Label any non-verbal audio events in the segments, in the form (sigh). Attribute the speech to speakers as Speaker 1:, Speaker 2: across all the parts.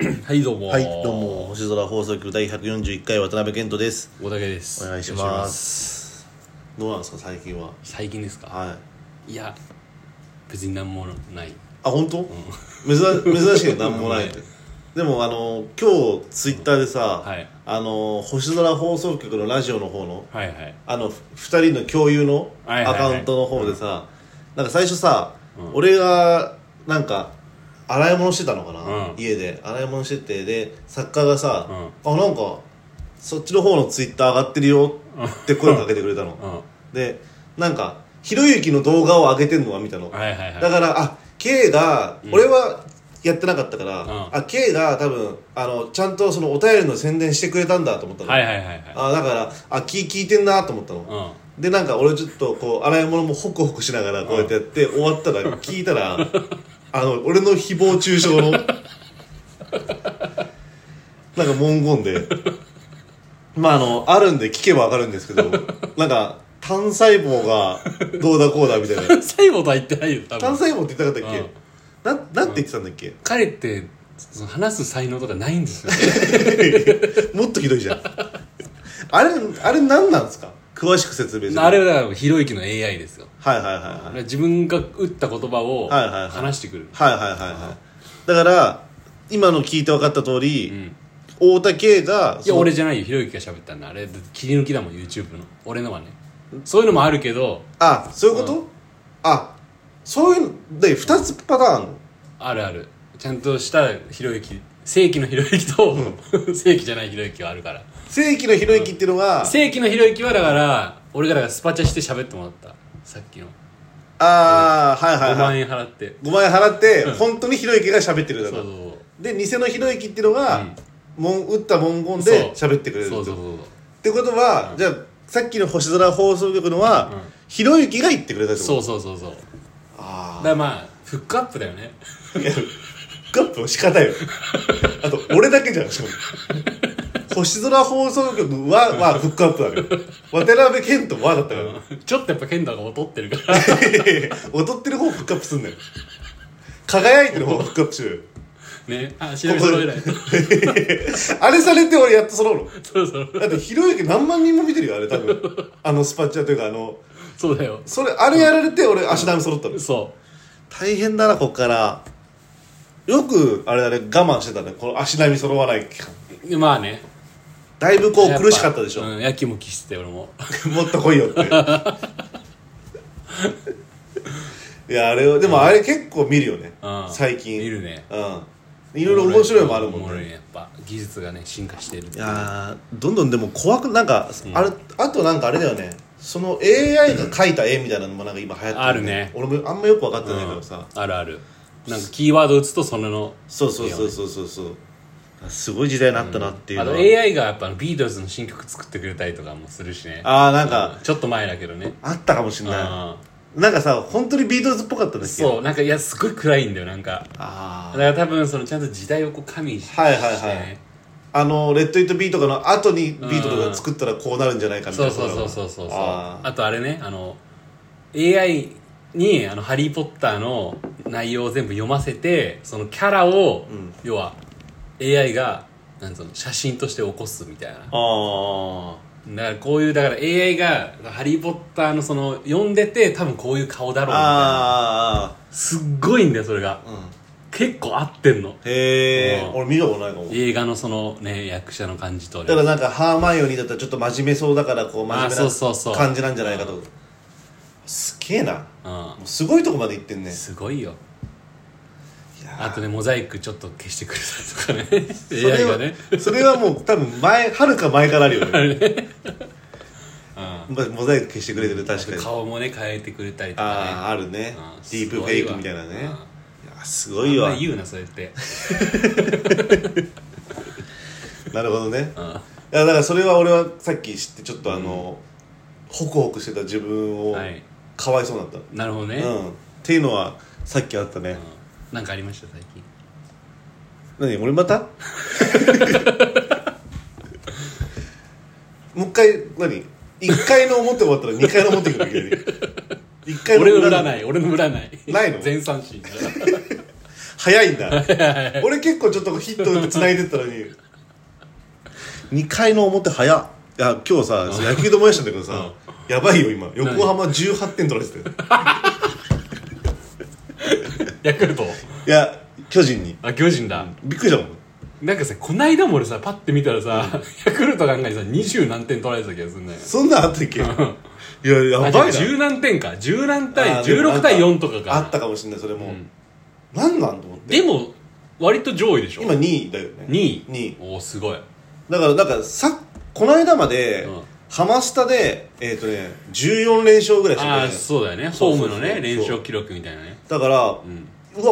Speaker 1: はいどうも
Speaker 2: はい、どうも、星空放送局第141回渡辺健人です。
Speaker 1: 大竹です
Speaker 2: お願いします。どうなんですか、最近は。
Speaker 1: 最近ですか
Speaker 2: はい。
Speaker 1: いや別に何もない
Speaker 2: あ、本当、珍珍しいけど、なんも (laughs) ないって。でも、あの、今日、ツイッターでさ、
Speaker 1: はい
Speaker 2: あの、星空放送局のラジオの方の、
Speaker 1: はいはい
Speaker 2: あの、二人の共有の
Speaker 1: はい
Speaker 2: ア
Speaker 1: はいはい
Speaker 2: カウントの方でさ、なんか最初さ、俺が、なんか、洗い物してたのかな、
Speaker 1: うん
Speaker 2: 家で。洗い物してて、で、作家がさ、
Speaker 1: う
Speaker 2: あ、なんか、そっちの方のツイッター上がってるよって声かけてくれたの。
Speaker 1: うん
Speaker 2: で、なんか、ひろゆきの動画を上げてんのは見たの。
Speaker 1: はいはいはい
Speaker 2: だから、あ、K が、俺はやってなかったから、
Speaker 1: ん
Speaker 2: あ、K が多分、あの、ちゃんとそのお便りの宣伝してくれたんだと思ったの。
Speaker 1: はいはいはいはい
Speaker 2: あだからあ聞聞いてんなと思ったの、
Speaker 1: うん
Speaker 2: でなんか俺ちょっとこう洗い物もホクホクしながらこうやってやって、終わったら聞いたらあの俺の誹謗中傷のなんか文言でまああのあるんで聞けばわかるんですけどなんか単細胞がどうだこうだみたい
Speaker 1: (laughs)
Speaker 2: な
Speaker 1: 最後とは言ってないよ多
Speaker 2: 単
Speaker 1: 分
Speaker 2: 細胞って言ってなかったっけ、なん、なんて言ってたんだっけ、
Speaker 1: 彼ってその話す才能とかないん
Speaker 2: (laughs)
Speaker 1: ですよね
Speaker 2: もっとひどいじゃんあれあれ何なんですか詳しく説明する
Speaker 1: あれはだからひろゆきの AI ですよ
Speaker 2: はいはいはいはい
Speaker 1: 自分が打った言葉を
Speaker 2: はいはいはい
Speaker 1: 話してくる
Speaker 2: はいはいはいはいだから今の聞いて分かった通り、
Speaker 1: ん
Speaker 2: 太田圭が
Speaker 1: いや
Speaker 2: その
Speaker 1: 俺じゃないよひろゆきが喋ったんだあれ切り抜きだもん YouTube の俺のはねそういうのもあるけど
Speaker 2: あそういうこと、あそういうので2つパターンあんの
Speaker 1: あるあるちゃんとしたひろゆき正規のひろゆきと、正規じゃないひろゆきはあるから
Speaker 2: 正規のひろゆきっていうのが、
Speaker 1: 正規のひろゆきはだから俺がだからスパチャして喋ってもらったさっきの
Speaker 2: ああ、はい
Speaker 1: 5
Speaker 2: はいは
Speaker 1: 万
Speaker 2: い
Speaker 1: 円払って
Speaker 2: 5万円払って、本当にひろゆきが喋ってるだ
Speaker 1: そう
Speaker 2: か
Speaker 1: そ
Speaker 2: ら
Speaker 1: う
Speaker 2: で偽のひろゆきっていうのが、もん打った文言
Speaker 1: そう
Speaker 2: で喋ってくれる
Speaker 1: そうそうそうそう
Speaker 2: ってことは、じゃあさっきの星空放送局のは、ひろゆきが言ってくれたってこと
Speaker 1: そうそうそうそう
Speaker 2: ああ
Speaker 1: だからまあフックアップだよね (laughs)
Speaker 2: いやカップの仕方よあと俺だけじゃんしかも星空放送局は、まあ、フックアップだけど渡辺謙とはだったから (laughs)
Speaker 1: ちょっとやっぱ剣道が劣ってるから
Speaker 2: 踊ってる方フックアップすんだよ輝いてる方フックアップしようよ
Speaker 1: ねあ調べ揃えないと
Speaker 2: あれされて俺やっと揃うの
Speaker 1: (laughs) そうそう
Speaker 2: だってひろゆき何万人も見てるよあれ多分あのスパチャというかあの
Speaker 1: そうだよ
Speaker 2: それあれやられて俺足並み揃ったの
Speaker 1: そ
Speaker 2: 大変だなこっからよくあれあれ我慢してたねこの足並み揃わない期間
Speaker 1: うでまあね
Speaker 2: だいぶこう苦しかったでしょ
Speaker 1: やぱうんやきもきして俺も
Speaker 2: (laughs) もっと来いよって。いや、あれを、でもあれ結構見るよね
Speaker 1: うん。
Speaker 2: 最近。
Speaker 1: 見るね
Speaker 2: うん。いろいろ面白いもあるも
Speaker 1: お
Speaker 2: ん
Speaker 1: ろい
Speaker 2: ね。
Speaker 1: やっぱ技術がね進化してるって
Speaker 2: い
Speaker 1: いう
Speaker 2: やーどんどんでも怖く、なんか、あれ、あとなんかあれだよね。その AI が描いた絵みたいなのもなんか今流行って
Speaker 1: あるね
Speaker 2: 俺もあんまよく分かってないけどさ。
Speaker 1: あるあるなんかキーワード打つとそのの
Speaker 2: そうそうそうそうそうそう。すごい時代になったなっていう
Speaker 1: あ
Speaker 2: の
Speaker 1: と
Speaker 2: は。
Speaker 1: AI がやっぱビートルズの新曲作ってくれたりとかもするしね
Speaker 2: あーなんか
Speaker 1: うんちょっと前だけどね
Speaker 2: あったかもしんな
Speaker 1: あ
Speaker 2: い。なんかさ、本当にビートルズっぽかったんだっけ
Speaker 1: そうなんかいやすごい暗いんだよなんか
Speaker 2: あ
Speaker 1: だ
Speaker 2: あ
Speaker 1: か。ら多分そのちゃんと時代をこう加味しして、
Speaker 2: はいはいはいあの「レッド・イット・ビー」とかの後にビートルズが作ったらこうなるんじゃないかみた
Speaker 1: そ
Speaker 2: いうな
Speaker 1: そうそうそうそうそうあ
Speaker 2: あ
Speaker 1: とあれねあの AI にあの「ハリー・ポッター」の内容を全部読ませてそのキャラを、要は AI がなんつうの写真として起こすみたいな
Speaker 2: あー
Speaker 1: だからこういうだから AI が「ハリー・ポッター」のその読んでて多分こういう顔だろうみたいな
Speaker 2: あ
Speaker 1: すっごいんだよそれが、結構合ってんの
Speaker 2: ーへえ
Speaker 1: うん
Speaker 2: 俺見たことないかも
Speaker 1: 映画のそのね役者の感じとね
Speaker 2: だからなんかハーマイオニーだったらちょっと真面目そうだからこう真面
Speaker 1: あー
Speaker 2: 目
Speaker 1: そうそうそう
Speaker 2: な感じなんじゃないかとすげえなも
Speaker 1: う
Speaker 2: うすごいとこまで行ってんね
Speaker 1: んすごいよ
Speaker 2: いやー
Speaker 1: あとねモザイクちょっと消してくれたりとか
Speaker 2: (laughs) そ
Speaker 1: ね AI
Speaker 2: れは
Speaker 1: がね
Speaker 2: それはもう多分前はるか前からあ
Speaker 1: (laughs)
Speaker 2: るよねまあモザイク消してくれてる確かに
Speaker 1: 顔もね変えてくれたりと
Speaker 2: あ
Speaker 1: か
Speaker 2: ああるね
Speaker 1: うん
Speaker 2: ディープフェイクみたいなね
Speaker 1: すごい
Speaker 2: い
Speaker 1: わ
Speaker 2: やす
Speaker 1: ね
Speaker 2: ごい
Speaker 1: あんま言
Speaker 2: わ
Speaker 1: うなそうやって
Speaker 2: なるほどね、いやだからそれは俺はさっき知ってちょっとあの、ホクホクしてた自分を
Speaker 1: はい
Speaker 2: かわいそうだった、
Speaker 1: なるほどね、
Speaker 2: うんっていうのはさっきあったね、
Speaker 1: なんかありました最近
Speaker 2: 何俺
Speaker 1: (laughs)
Speaker 2: またもう一回何一回の表終わったら二回の表行くるいきなり一回
Speaker 1: 俺の
Speaker 2: 裏
Speaker 1: (laughs)
Speaker 2: の
Speaker 1: 占い俺の占い
Speaker 2: ないの
Speaker 1: 全三振
Speaker 2: 早いんだ俺結構ちょっとヒット打って繋いでったのに2回の表早っいや今日さ野球で思い出したんだけどさやばいよ今横浜18点取られてたよ
Speaker 1: ヤクルト
Speaker 2: いや巨人に
Speaker 1: あ巨人だ、
Speaker 2: びっくりしたもん
Speaker 1: なんかさこないだも俺さパッて見たらさ、ヤクルトが案外さ20何点取られてた気がするね
Speaker 2: そんなんあったっけいややば
Speaker 1: あ
Speaker 2: い
Speaker 1: じゃあ
Speaker 2: な
Speaker 1: 十何点か十何対
Speaker 2: あでもなん
Speaker 1: 16対4とか
Speaker 2: あっ
Speaker 1: か
Speaker 2: たかもしれないそれもなんなんと思って
Speaker 1: でも割と上位でしょ
Speaker 2: 今2位だよね
Speaker 1: 2位
Speaker 2: 2位
Speaker 1: おおすごい
Speaker 2: だからなんかさこの間まで、
Speaker 1: うん
Speaker 2: ハマスタでえっ、とね14連勝ぐらいしてた
Speaker 1: あ
Speaker 2: よ
Speaker 1: あ
Speaker 2: ね
Speaker 1: そうだよね
Speaker 2: そう
Speaker 1: ホー
Speaker 2: そうそう
Speaker 1: ムのね連勝記録みたいなね
Speaker 2: だから、うわ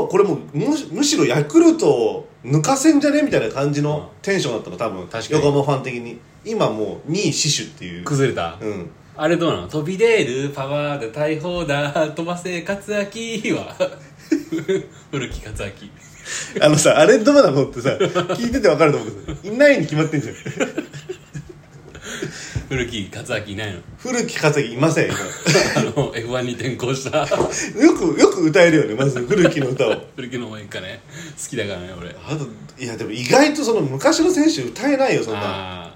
Speaker 2: これもうむしむしろヤクルトを抜かせんじゃねみたいな感じのテンションだったの多分
Speaker 1: 確かに
Speaker 2: 横浜ファン的に今もう2位死守っていう
Speaker 1: 崩れた、
Speaker 2: うん
Speaker 1: あれどうなの飛び出るパワーで大砲だ飛ばせ勝明は (laughs) 古木勝明
Speaker 2: あのさあれどうなのってさ聞いてて分かると思うけどいないに決まってんじゃん
Speaker 1: 古木勝明いないの
Speaker 2: 古木勝樹いません今
Speaker 1: あの F1 に転向した
Speaker 2: よくよく歌えるよねまず古木の歌を
Speaker 1: 古木の応援歌ね好きだからね俺
Speaker 2: あといやでも意外とその昔の選手歌えないよそんな
Speaker 1: あ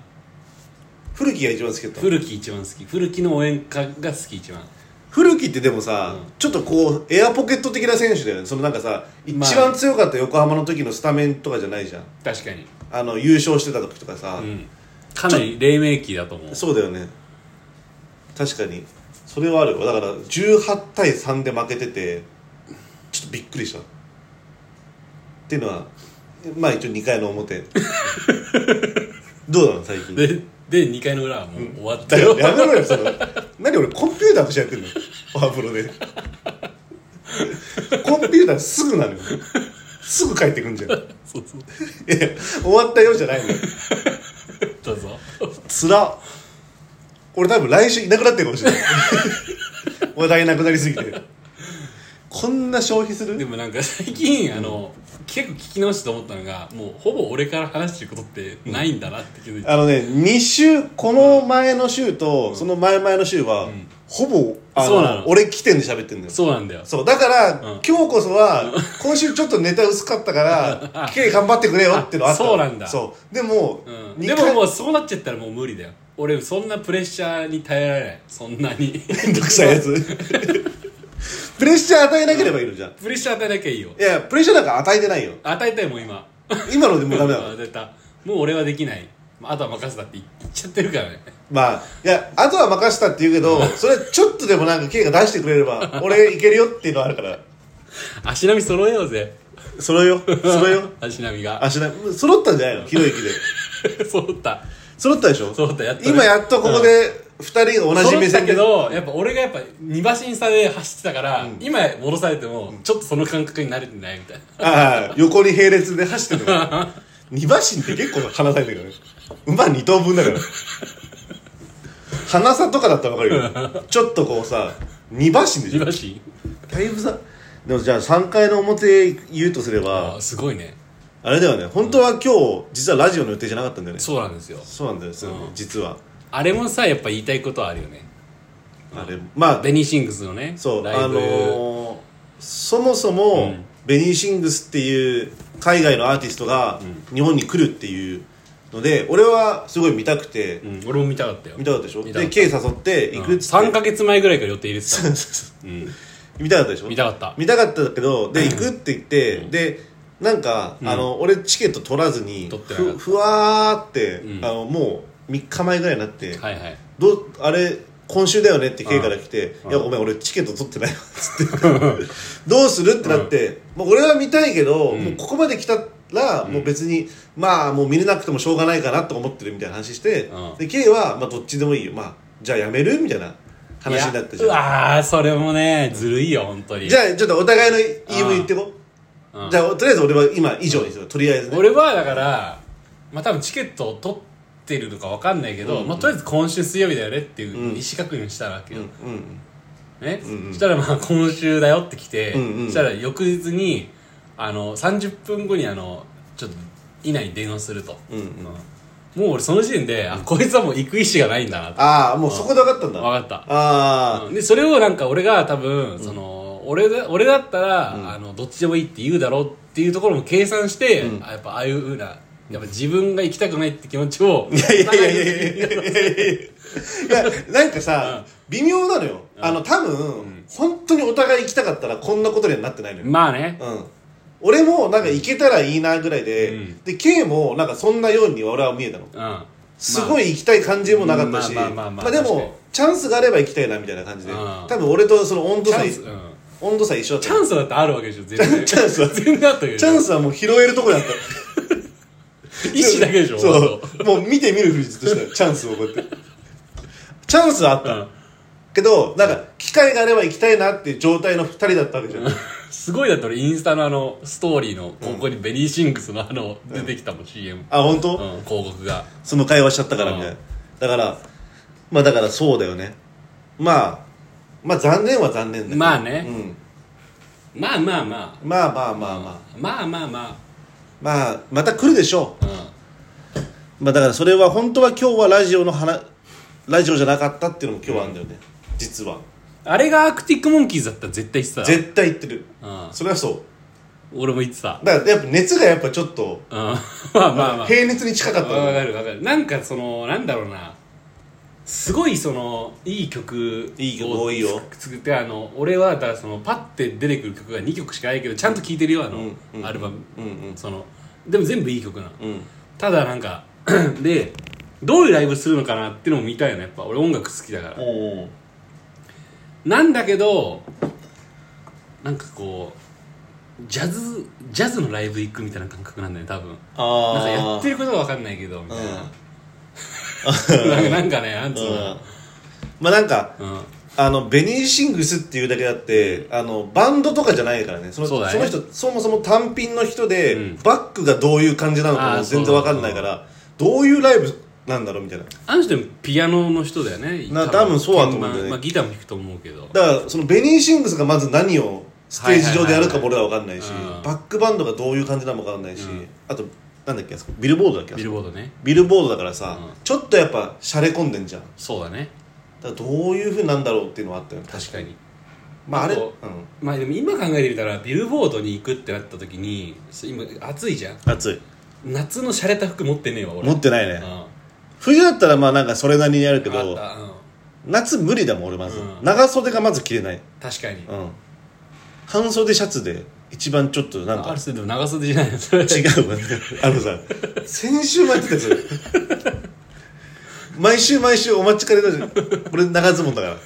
Speaker 2: 古木が一番好きだっ
Speaker 1: ー
Speaker 2: た
Speaker 1: 古木一番好き古木の応援歌が好き一番
Speaker 2: 古木ってでもさ、ちょっとこうエアポケット的な選手だよねそのなんかさ一
Speaker 1: まあ
Speaker 2: 番強かった横浜の時のスタメンとかじゃないじゃん
Speaker 1: 確かに
Speaker 2: あの優勝してた時とかさ、
Speaker 1: うんかなり黎明期だと思う
Speaker 2: そうだよね確かにそれはあるよだから18対3で負けててちょっとびっくりしたっていうのはまあ一応2回
Speaker 1: (laughs)
Speaker 2: の表どうなの最近
Speaker 1: でで2回の裏はもう終わった
Speaker 2: だ
Speaker 1: よ
Speaker 2: よ (laughs) やめろよその何俺コンピューターとしてやってんのパワープロで (laughs) コンピューターすぐなのよすぐ帰ってくんじゃんい
Speaker 1: そうそう
Speaker 2: や終わったよじゃないのよ
Speaker 1: どうぞ
Speaker 2: つらっ俺多分来週いなくなってるかもしれない (laughs) 話題なくなりすぎてこんな消費す
Speaker 1: で
Speaker 2: る
Speaker 1: もなんか最近あの結構聞き直してと思ったのがもうほぼ俺から話してることってないんだなって気づいて
Speaker 2: あのね2週この前の週とその前々の週は、ほぼあ
Speaker 1: そうなの
Speaker 2: 俺起点で喋ってんだよ
Speaker 1: そうなんだよ
Speaker 2: そう、だから、
Speaker 1: ん
Speaker 2: 今日こそは、今週ちょっとネタ薄かった
Speaker 1: (laughs)
Speaker 2: から、K 頑張ってくれよってのあったの
Speaker 1: あそうなんだ
Speaker 2: そう。でも、
Speaker 1: うん
Speaker 2: 二
Speaker 1: で
Speaker 2: 回
Speaker 1: ももうそうなっちゃったらもう無理だよ俺そんなプレッシャーに耐えられないそんなに
Speaker 2: めんどくさい
Speaker 1: (laughs)
Speaker 2: やつ。プレッシャー与えなければいいのじゃん。い
Speaker 1: プレッシャー与えなきゃいいよ
Speaker 2: や、プレッシャーなんか与えてないよ。
Speaker 1: 与えたいもん今
Speaker 2: 今のでもうダメだわ
Speaker 1: 与えたもう俺はできないあとは任せたって言っちゃってるからね
Speaker 2: まあ、いや、あとは任したって言うけど、それちょっとでもなんか K が出してくれ
Speaker 1: (laughs)
Speaker 2: れば、俺いけるよっていうのあるから、
Speaker 1: 足並み揃えようぜ
Speaker 2: 揃えよ、 (laughs) 揃えよ。
Speaker 1: 足並みが (laughs)
Speaker 2: あしな、揃ったんじゃないのひろゆきで。
Speaker 1: 揃った
Speaker 2: 揃ったでしょ
Speaker 1: 揃ったやっとね
Speaker 2: 今やっとここで、二人が同じ
Speaker 1: 揃
Speaker 2: 目
Speaker 1: った
Speaker 2: 線
Speaker 1: け
Speaker 2: で。
Speaker 1: どやっぱ俺がやっぱ二馬身差で走ってたから、今戻されてもちょっとその感覚に慣れてないみたいな
Speaker 2: ああ、横に並列で走ってるから。二馬身って結構離されてるからね。馬二頭分だから。鼻差とかだったらわかるよ。ちょっとこうさ、二馬身でし
Speaker 1: 二
Speaker 2: ょ
Speaker 1: 馬身
Speaker 2: だいぶさ、でもじゃあ3回の表言うとすれば、
Speaker 1: あすごいね
Speaker 2: あれだよね、本当は今日、実はラジオの予定じゃなかったんだよね。
Speaker 1: そうなんですよ
Speaker 2: そうなんだよ、そうなんだよ実は。
Speaker 1: あれもさやっぱ言いたいことはあるよね
Speaker 2: あれ、まあ、
Speaker 1: ベニーシングスのね
Speaker 2: そう、
Speaker 1: ラ
Speaker 2: あ
Speaker 1: イブ、
Speaker 2: のーそもそも、
Speaker 1: うん
Speaker 2: ベニーシングスっていう海外のアーティストが日本に来るっていうので、俺はすごい見たくて、
Speaker 1: うん、俺も見たかったよ
Speaker 2: 見たかったでしょ
Speaker 1: 見たか
Speaker 2: で
Speaker 1: った
Speaker 2: K 誘って行くっつって、 (laughs)
Speaker 1: 3ヶ月前ぐらいから予定入れてたうん
Speaker 2: 見たかったでしょ
Speaker 1: 見たかった
Speaker 2: 見たかったけどで行くって言って、でなんか、あの俺チケット取らずに
Speaker 1: 取ってなかっ
Speaker 2: ふ
Speaker 1: た
Speaker 2: ふわーって、
Speaker 1: うん
Speaker 2: あのもう3日前ぐらいになって、
Speaker 1: はいはい
Speaker 2: どうあれ今週だよねって K から来て「
Speaker 1: うん
Speaker 2: いやごめん俺チケット取ってないわ」つって「 (laughs) どうする?」ってなって、もう俺は見たいけど、もうここまで来たらもう別に、まあもう見れなくてもしょうがないかなと思ってるみたいな話して、
Speaker 1: うん
Speaker 2: で K は、まあ、どっちでもいいよ、まあ、じゃあやめるみたいな話になったじ
Speaker 1: いや
Speaker 2: ゃん
Speaker 1: うわーそれもねずるいよ本当に
Speaker 2: じゃあちょっとお互いの言い分言ってこう、
Speaker 1: うん
Speaker 2: じゃあとりあえず俺は今以上にするとりあえず
Speaker 1: (laughs)
Speaker 2: ね
Speaker 1: 俺はだからまあ多分チケットを取ってるのかわかんないけど、まあ、とりあえず今週水曜日だよねっていう意思確認したわけよ、
Speaker 2: うん
Speaker 1: ね、そしたらまあ今週だよって来て、
Speaker 2: うんうん
Speaker 1: そしたら翌日にあの30分後にあのちょっと以内に電話すると、
Speaker 2: うんうん
Speaker 1: もう俺その時点で、あこいつはもう行く意思がないんだなと
Speaker 2: ああもうそこで分かったんだ
Speaker 1: 分かった
Speaker 2: ああ、
Speaker 1: でそれをなんか俺が多分、その俺だ俺だったら、あのどっちでもいいって言うだろうっていうところも計算して、
Speaker 2: うん
Speaker 1: あやっぱああいうふうなやっぱ自分が行きたくないって気持ちを
Speaker 2: いやいやいやいやいやいやいやいやいやなんかさ、微妙なのよ、あの多分、本当にお互い行きたかったらこんなことにはなってないのよ、
Speaker 1: (laughs) まあね
Speaker 2: うん、俺もなんか行けたらいいなぐらいで、
Speaker 1: うん
Speaker 2: で K もなんかそんなように俺は見えたの
Speaker 1: うん
Speaker 2: すごい行きたい感じもなかったし
Speaker 1: まあまあま
Speaker 2: ま
Speaker 1: あまあ
Speaker 2: あで
Speaker 1: 確かに
Speaker 2: もチャンスがあれば行きたいなみたいな感じで
Speaker 1: うん
Speaker 2: 多分俺とその温度
Speaker 1: チ
Speaker 2: 差
Speaker 1: ャン
Speaker 2: い
Speaker 1: ス、うん、
Speaker 2: 温度差一緒だった
Speaker 1: チャンスだってあるわけでしょ全然
Speaker 2: (laughs) チャンスは
Speaker 1: 全然あったわけでし
Speaker 2: チ
Speaker 1: ょ
Speaker 2: ャンスはもう拾えるとこだった
Speaker 1: 意思だけでしょ
Speaker 2: そうもう見て見るふりずっとしたよチャンスをこうやってチャンスはあっ
Speaker 1: う
Speaker 2: た、
Speaker 1: ん
Speaker 2: けどなんか機会があれば行きたいなっていう状態の2人だったわけじゃん
Speaker 1: すごいだったらインスタのあのストーリーのここにベリーシングスのあの出てきたもん CM、
Speaker 2: あ本当、
Speaker 1: うん、広告が
Speaker 2: その会話しちゃったからみたいな、
Speaker 1: うん
Speaker 2: だからまあだからそうだよねまあまあ残念は残念だけど
Speaker 1: まあね
Speaker 2: うん、
Speaker 1: まあまあま
Speaker 2: まあまあまあ
Speaker 1: あ
Speaker 2: まあ、
Speaker 1: まあまあま
Speaker 2: まあまた来るでしょ
Speaker 1: あう
Speaker 2: う、まあ、だからそれは本当は今日はラジオの話ラジオじゃなかったっていうのも今日はあるんだよね、実は
Speaker 1: んあれがアークティックモンキーズだったら絶対言って
Speaker 2: 絶対言ってる
Speaker 1: たうん
Speaker 2: それはそう
Speaker 1: 俺も言ってた
Speaker 2: だからやっぱ熱がやっぱちょっと
Speaker 1: うん (laughs) まあまあまあ
Speaker 2: 平熱に近かったの
Speaker 1: わかるわかるなんかそのなんだろうなすごいそのいい曲
Speaker 2: いい曲多いよ
Speaker 1: を作ってあの俺はだからそのパッて出てくる曲が2曲しかないけどちゃんと聴いてるよあの
Speaker 2: うんうん
Speaker 1: アルバム
Speaker 2: うんうん
Speaker 1: そのでも全部いい曲なの
Speaker 2: うん
Speaker 1: ただなんか (clears throat) でどういうライブするのかなってのも見たいよねやっぱ俺音楽好きだから
Speaker 2: お
Speaker 1: なんだけどなんかこうジャズジャズのライブ行くみたいな感覚なんだよね多分
Speaker 2: あ
Speaker 1: なんかやってる
Speaker 2: る
Speaker 1: ことは分かんないけどみたいな、 (laughs) なんかなんかねなんつう
Speaker 2: うん
Speaker 1: の、
Speaker 2: まあなんか
Speaker 1: うん
Speaker 2: あのベニーシングスっていうだけあってあのバンドとかじゃないからねその
Speaker 1: そうだね
Speaker 2: の人そもそも単品の人で、
Speaker 1: うん
Speaker 2: バックがどういう感じなのか
Speaker 1: あ
Speaker 2: も
Speaker 1: ーそう
Speaker 2: 全然わかんないからどういうライブなんだろうみたいな
Speaker 1: あの人もピアノの人だよね
Speaker 2: な多分そうだと思うんだよ
Speaker 1: 鍵盤
Speaker 2: ね
Speaker 1: まあ、ギターも弾くと思うけど
Speaker 2: だからそのベニーシングスがまず何をステージ上でやるかも俺らは分かんないし、
Speaker 1: はいはいはいはいうん
Speaker 2: バックバンドがどういう感じなのか分かんないし、あとなんだっけあそこビルボードだっけあ
Speaker 1: ビ
Speaker 2: そこ
Speaker 1: ルボードね
Speaker 2: ビルボードだからさ、
Speaker 1: うん
Speaker 2: ちょっとやっぱ洒落込んでんじゃんだ
Speaker 1: そうだね
Speaker 2: からどういうふうなんだろうっていうのはあったよね
Speaker 1: 確かに
Speaker 2: まああれ、
Speaker 1: あ
Speaker 2: うん、
Speaker 1: とまあでも今考えてみたらビルボードに行くってなった時にそう今暑いじゃん
Speaker 2: 暑い
Speaker 1: 夏の洒落た服持ってねえわ俺
Speaker 2: 持ってないね、
Speaker 1: うんあ
Speaker 2: 冬だったらまあなんかそれなりにやるけ
Speaker 1: っ
Speaker 2: ど
Speaker 1: たうん
Speaker 2: 夏無理だもん俺まず、
Speaker 1: うん
Speaker 2: 長袖がまず着れない、
Speaker 1: 確かに
Speaker 2: うん、半袖シャツで一番ちょっとなん
Speaker 1: あ
Speaker 2: か
Speaker 1: る人でも長袖じゃないのそれ
Speaker 2: 違う
Speaker 1: (laughs)
Speaker 2: わあのさ先週もやってたやつ毎週毎週お待ちかねのじゃ俺長ズボンだから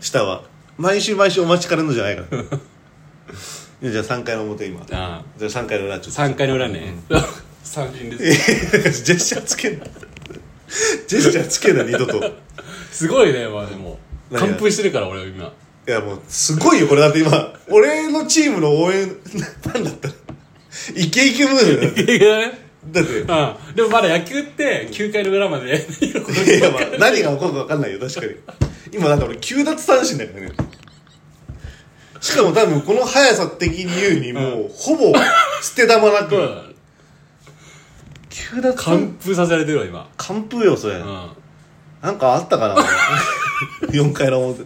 Speaker 2: 下は毎週毎週お待ちかねのじゃないからい
Speaker 1: (laughs)
Speaker 2: やじゃあ3回の表今じゃあ
Speaker 1: あ
Speaker 2: 3回の裏ちょっと
Speaker 1: 3回の裏ね三振です
Speaker 2: (laughs) ジェスチャーつけんなジェスチャーつけんな二度と
Speaker 1: すごいねまあでも
Speaker 2: 何が
Speaker 1: 完封してるから俺は今
Speaker 2: いやもうすごいよこれだって今俺のチームの応援 (laughs) ファンだったらイケイケムードだよ
Speaker 1: いやいやね
Speaker 2: だって
Speaker 1: うんでもまだ野球って9回の裏まで (laughs)
Speaker 2: (laughs) いやいや、まあ、何が起こるか分かんないよ確かに今だって俺9奪三振だからねしかも多分この速さ的に言うにもうほぼ捨て玉な
Speaker 1: う
Speaker 2: く
Speaker 1: ん
Speaker 2: 9奪三
Speaker 1: 完封させられてるわ今
Speaker 2: 完封よそれ
Speaker 1: うん
Speaker 2: なんかあったかな (laughs) 4回の表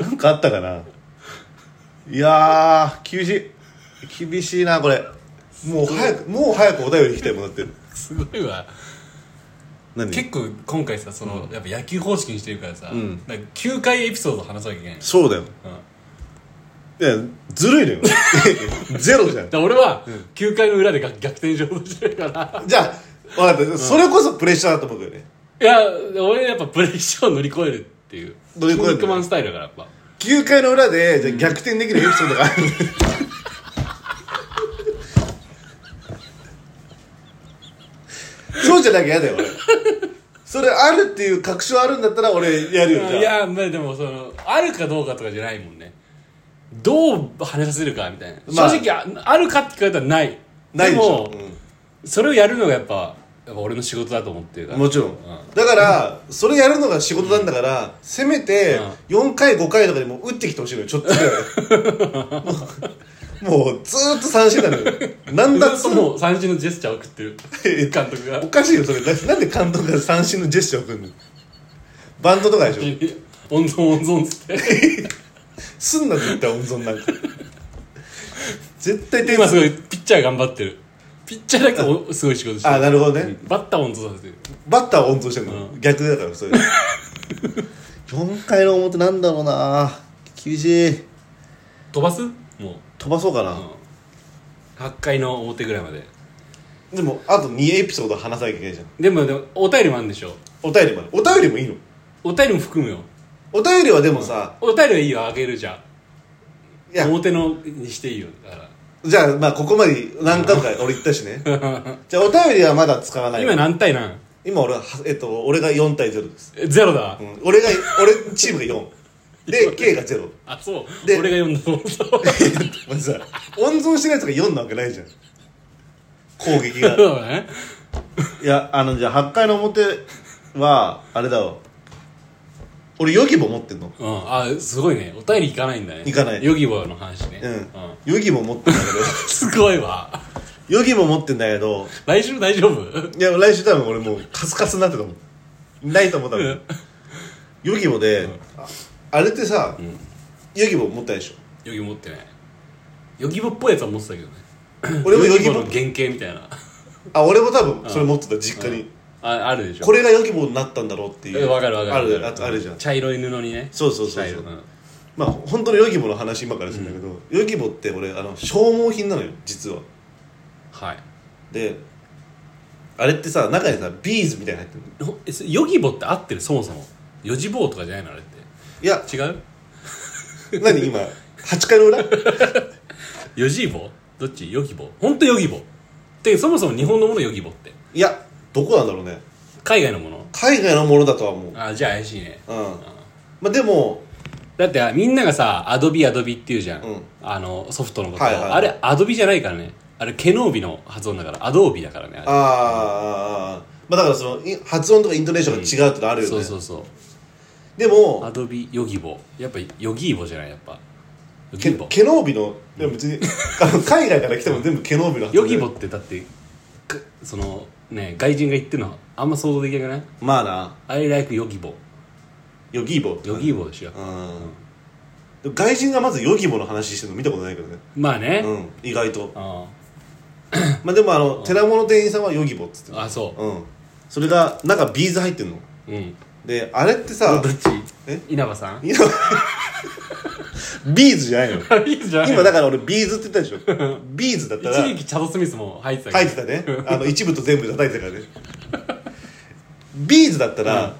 Speaker 2: なんかあったかないやー厳しい厳しいなこれもう早くもう早くお便り来たいもんだって
Speaker 1: すごいわ
Speaker 2: 何
Speaker 1: 結構今回さそのやっぱ野球方式にしてるからさ
Speaker 2: うん
Speaker 1: なんか9回エピソード話さなきゃいけない
Speaker 2: そうだよ
Speaker 1: うん
Speaker 2: いやずるいのよ (laughs) ゼロじゃ
Speaker 1: だ
Speaker 2: ん
Speaker 1: から俺は9回の裏でが逆転しようとしてるから
Speaker 2: じゃあ分かったそれこそプレッシャーだと思うけどね
Speaker 1: いや俺やっぱプレッシャーを乗り越えるっていう
Speaker 2: 乗り越える
Speaker 1: キン肉マンスタイルだからやっぱ
Speaker 2: 9回の裏でじゃあ逆転できるエピソードがあるそうじゃなきゃ嫌だよ俺それあるっていう確証あるんだったら俺やるよ
Speaker 1: い
Speaker 2: じゃあ
Speaker 1: やまあでもそのあるかどうかとかじゃないもんねどう跳ねさせるかみたいな、
Speaker 2: まあ
Speaker 1: 正直ああるかって聞かれたらない
Speaker 2: ないでしょ
Speaker 1: も、それをやるのがやっぱやっぱ俺の仕事だと思ってるか
Speaker 2: う
Speaker 1: ら
Speaker 2: んもちろん、だからそれやるのが仕事なんだから、せめて4回5回とかでも打ってきてほしいのよちょっとぐらいもうもうずーっと三振なのよ何だ
Speaker 1: だ
Speaker 2: っ
Speaker 1: っ
Speaker 2: つ
Speaker 1: (laughs) と
Speaker 2: うの
Speaker 1: もう三振のジェスチャー送ってる監督が
Speaker 2: おかしいよそれななんで監督が三振のジェスチャーを送るのバンドとかでしょ
Speaker 1: 温存温存っつって
Speaker 2: すんなって言ったら温存なんか絶対点
Speaker 1: 今す
Speaker 2: 数
Speaker 1: ごいピッチャー頑張ってるピッチャーだけおすごい仕事して
Speaker 2: あ
Speaker 1: る
Speaker 2: なるほどね
Speaker 1: バッターを温存させてる
Speaker 2: バッターは温存してるの、逆だからそれ4回の表なんだろうな厳しい
Speaker 1: 飛ばすもう
Speaker 2: 飛ばそうかな、
Speaker 1: 8回の表ぐらいまで
Speaker 2: でもあと2エピソード話さなきゃいけないじゃん
Speaker 1: でもでもお便りもあるんでしょ
Speaker 2: お便りもあるお便りもいいの
Speaker 1: お便りも含むよ
Speaker 2: お便りはでもさ、
Speaker 1: お便りはいいよあげるじゃ
Speaker 2: いや
Speaker 1: ん表のにしていいよだか
Speaker 2: じゃあまあここまで何回か俺言っ
Speaker 1: (laughs)
Speaker 2: たしね
Speaker 1: ら
Speaker 2: じゃあお便りはまだ使わない
Speaker 1: 今何対何
Speaker 2: 今俺は、えっと、俺が4対0です、
Speaker 1: えゼロだ、
Speaker 2: うん、俺が俺チームが4で K が0
Speaker 1: あそう
Speaker 2: で
Speaker 1: 俺が読んだと思っ
Speaker 2: まずさ温存してないやつが4なわけないじゃん攻撃
Speaker 1: た
Speaker 2: が
Speaker 1: そうだね
Speaker 2: (laughs) いやあのじゃあ8回の表はあれだわ俺ヨギボ持ってんの
Speaker 1: (laughs) うんあすごいねお便り行かないんだね
Speaker 2: 行かない
Speaker 1: ヨギボーの話ね
Speaker 2: うん、ヨギボ持ってんだけど (laughs)
Speaker 1: すごいわ
Speaker 2: ヨギボ持ってんだけど
Speaker 1: 来週大丈夫
Speaker 2: いや来週多分俺もうカスカスになってたもんないと思ったもん
Speaker 1: うん
Speaker 2: ヨギボで、ああれってさ、ヨギボ持ったでしょ
Speaker 1: ヨギボー持ってないヨギボーっぽいやつは持ってたけどね
Speaker 2: 俺もヨギ
Speaker 1: ボ
Speaker 2: ボ
Speaker 1: ーの原型みたいな
Speaker 2: あ俺も多分それ持ってた実家に
Speaker 1: ああるでしょ
Speaker 2: これがヨギボになったんだろうってい
Speaker 1: え
Speaker 2: う
Speaker 1: わかるわかる
Speaker 2: あるああるじゃん
Speaker 1: 茶色い布にね
Speaker 2: そうそうそうそう
Speaker 1: 茶色ん
Speaker 2: まあ本当のヨギボの話今からするんだけど、ヨギボって俺あの消耗品なのよ実は
Speaker 1: はい
Speaker 2: であれってさ中にさビーズみたいなの入ってるの
Speaker 1: ほえそヨギボーって合ってるそもそもヨジボーとかじゃないのあれっ
Speaker 2: いや
Speaker 1: て違う
Speaker 2: 何今8回の裏
Speaker 1: ヨジーボーどっちヨギボーほんとヨギボーってそもそも日本のものヨギボーって
Speaker 2: いやどこなんだろうね
Speaker 1: 海外のもの
Speaker 2: 海外のものだとは思ううん
Speaker 1: あじゃあ怪しいね
Speaker 2: まあでも
Speaker 1: だってみんながさアドビアドビって言うじゃん、
Speaker 2: うん
Speaker 1: あのソフトのこと、
Speaker 2: はいはいはい
Speaker 1: あれアドビじゃないからねあれケノービの発音だからアドービだからねあれ
Speaker 2: ああまあだからそのい発音とかイントネーションが違うってのあるよね、
Speaker 1: そうそうそう
Speaker 2: でも
Speaker 1: アドビヨギボやっぱヨギーボじゃないやっぱヨギ
Speaker 2: ケ
Speaker 1: ーボ
Speaker 2: ケノービのでも別
Speaker 1: (laughs)
Speaker 2: にあの海外から来ても全部ケノービの発
Speaker 1: ヨ
Speaker 2: 音
Speaker 1: ギボってだってくそのね外人が言ってるのあんま想像できなくない
Speaker 2: まあな
Speaker 1: ?I like ヨギボ
Speaker 2: ヨギーボ
Speaker 1: ヨギーボでしょ、
Speaker 2: うんでも外人がまずヨギボの話してるの見たことないけどね
Speaker 1: まあね、
Speaker 2: うん意外と
Speaker 1: あ
Speaker 2: まあでもあの寺物店員さんはヨギボっつって
Speaker 1: ああそ
Speaker 2: うんそれが中ビーズ入ってんの
Speaker 1: ううん
Speaker 2: であれってさ
Speaker 1: どっ
Speaker 2: え
Speaker 1: ち稲葉さん
Speaker 2: 今ビーズじゃないの
Speaker 1: いいじゃん
Speaker 2: 今だから俺ビーズって言ったでしょビーズだったら
Speaker 1: 一時期チャド・スミスも入ってた
Speaker 2: 入ってたねあの一部と全部叩いてたからねビーズだったら、
Speaker 1: うん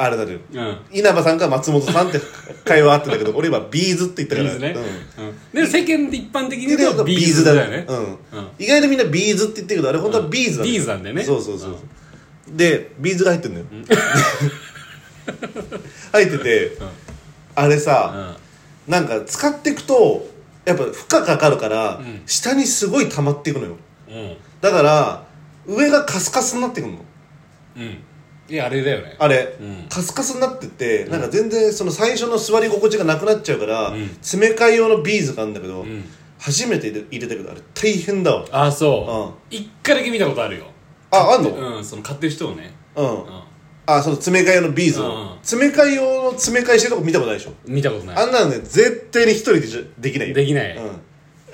Speaker 2: あれだね
Speaker 1: たうん
Speaker 2: 稲葉さんか松本さんって会話あってんだけど俺今ビーズって言った
Speaker 1: ビ
Speaker 2: か
Speaker 1: ー
Speaker 2: ら
Speaker 1: ズね、
Speaker 2: うん
Speaker 1: うんで世間で一般的に言う
Speaker 2: で
Speaker 1: と
Speaker 2: ビ
Speaker 1: ビ
Speaker 2: ー
Speaker 1: ー
Speaker 2: ズ
Speaker 1: ズ
Speaker 2: だ
Speaker 1: だよ
Speaker 2: ね
Speaker 1: ね、
Speaker 2: うん
Speaker 1: うん
Speaker 2: 意外とみんなビーズって言ってるけどあれ本当はビーズだ、
Speaker 1: ビーズなんだよね
Speaker 2: そうそうそう、でビーズが入ってんのよ、 (laughs) 入ってて、あれさ、なんか使っていくとやっぱ負荷かかるから、
Speaker 1: ん
Speaker 2: 下にすごい溜まっていくのよ
Speaker 1: うん
Speaker 2: だから上がカスカスになってくるの
Speaker 1: うんいやあれだよね
Speaker 2: あれ、
Speaker 1: うん
Speaker 2: カスカスになっててなんか全然その最初の座り心地がなくなっちゃうから、
Speaker 1: ん
Speaker 2: 詰め替え用のビーズがあるんだけど、
Speaker 1: ん
Speaker 2: 初めて入れ入れたけどあれ大変だわ
Speaker 1: ああそう一回だけ見たことあるよ
Speaker 2: ああんの
Speaker 1: うんその買ってる人をね
Speaker 2: うん
Speaker 1: うん
Speaker 2: あその詰め替え用のビーズ
Speaker 1: う
Speaker 2: を
Speaker 1: ん
Speaker 2: 詰め替え用の詰め替えしてるとこ見たことないでしょ
Speaker 1: 見たことな
Speaker 2: あ
Speaker 1: い
Speaker 2: んなのね絶対に一人でじゃできないよ
Speaker 1: できない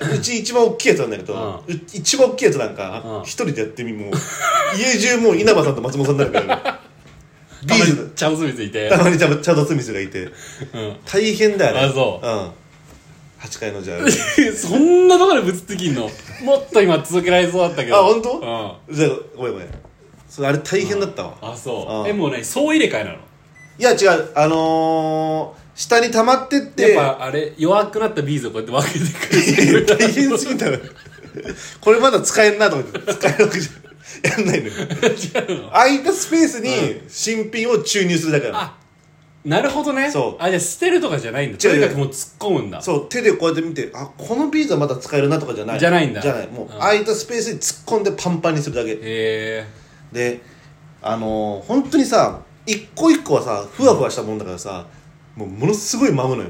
Speaker 2: うん、うち一番大きいやつなんだけど、う一番大きいやつなん
Speaker 1: うん
Speaker 2: か一人でやってみもう家中もう稲葉さんと松本さんにな
Speaker 1: (laughs)
Speaker 2: るからねビ
Speaker 1: たま
Speaker 2: ーズ
Speaker 1: にチャド・スミスいて
Speaker 2: たまにちゃんチャド・スミスがいて
Speaker 1: うん
Speaker 2: 大変だよね
Speaker 1: あそうん
Speaker 2: 8階のじゃあ
Speaker 1: そんなところでぶつってきんのもっと今続けられそうだったけど
Speaker 2: あ本当
Speaker 1: うん
Speaker 2: じゃあごめんごめんそれあれ大変だったわ、
Speaker 1: あそ
Speaker 2: うん
Speaker 1: うえもうね総入れ替えなの
Speaker 2: いや違うあのー、下に溜まってって
Speaker 1: やっぱあれ弱くなったビーズをこうやって分けてくれてる
Speaker 2: 大 (laughs) 変すぎたらこれまだ使えんなと思って使えるわけじゃやんないのよ空いたスペースに新品を注入するだから、
Speaker 1: あなるほどね
Speaker 2: そう
Speaker 1: あじゃあ捨てるとかじゃないんだ
Speaker 2: 違
Speaker 1: と
Speaker 2: う違う
Speaker 1: にかくもう突っ込むんだ
Speaker 2: そう手でこうやって見てあこのビーズはまだ使えるなとかじゃない
Speaker 1: じゃないんだ
Speaker 2: じゃないもう
Speaker 1: うん
Speaker 2: 空いたスペースに突っ込んでパンパンにするだけ
Speaker 1: へえ
Speaker 2: であのー、本当にさ一個一個はさふわふわしたもんだからさもうものすごい舞うのよ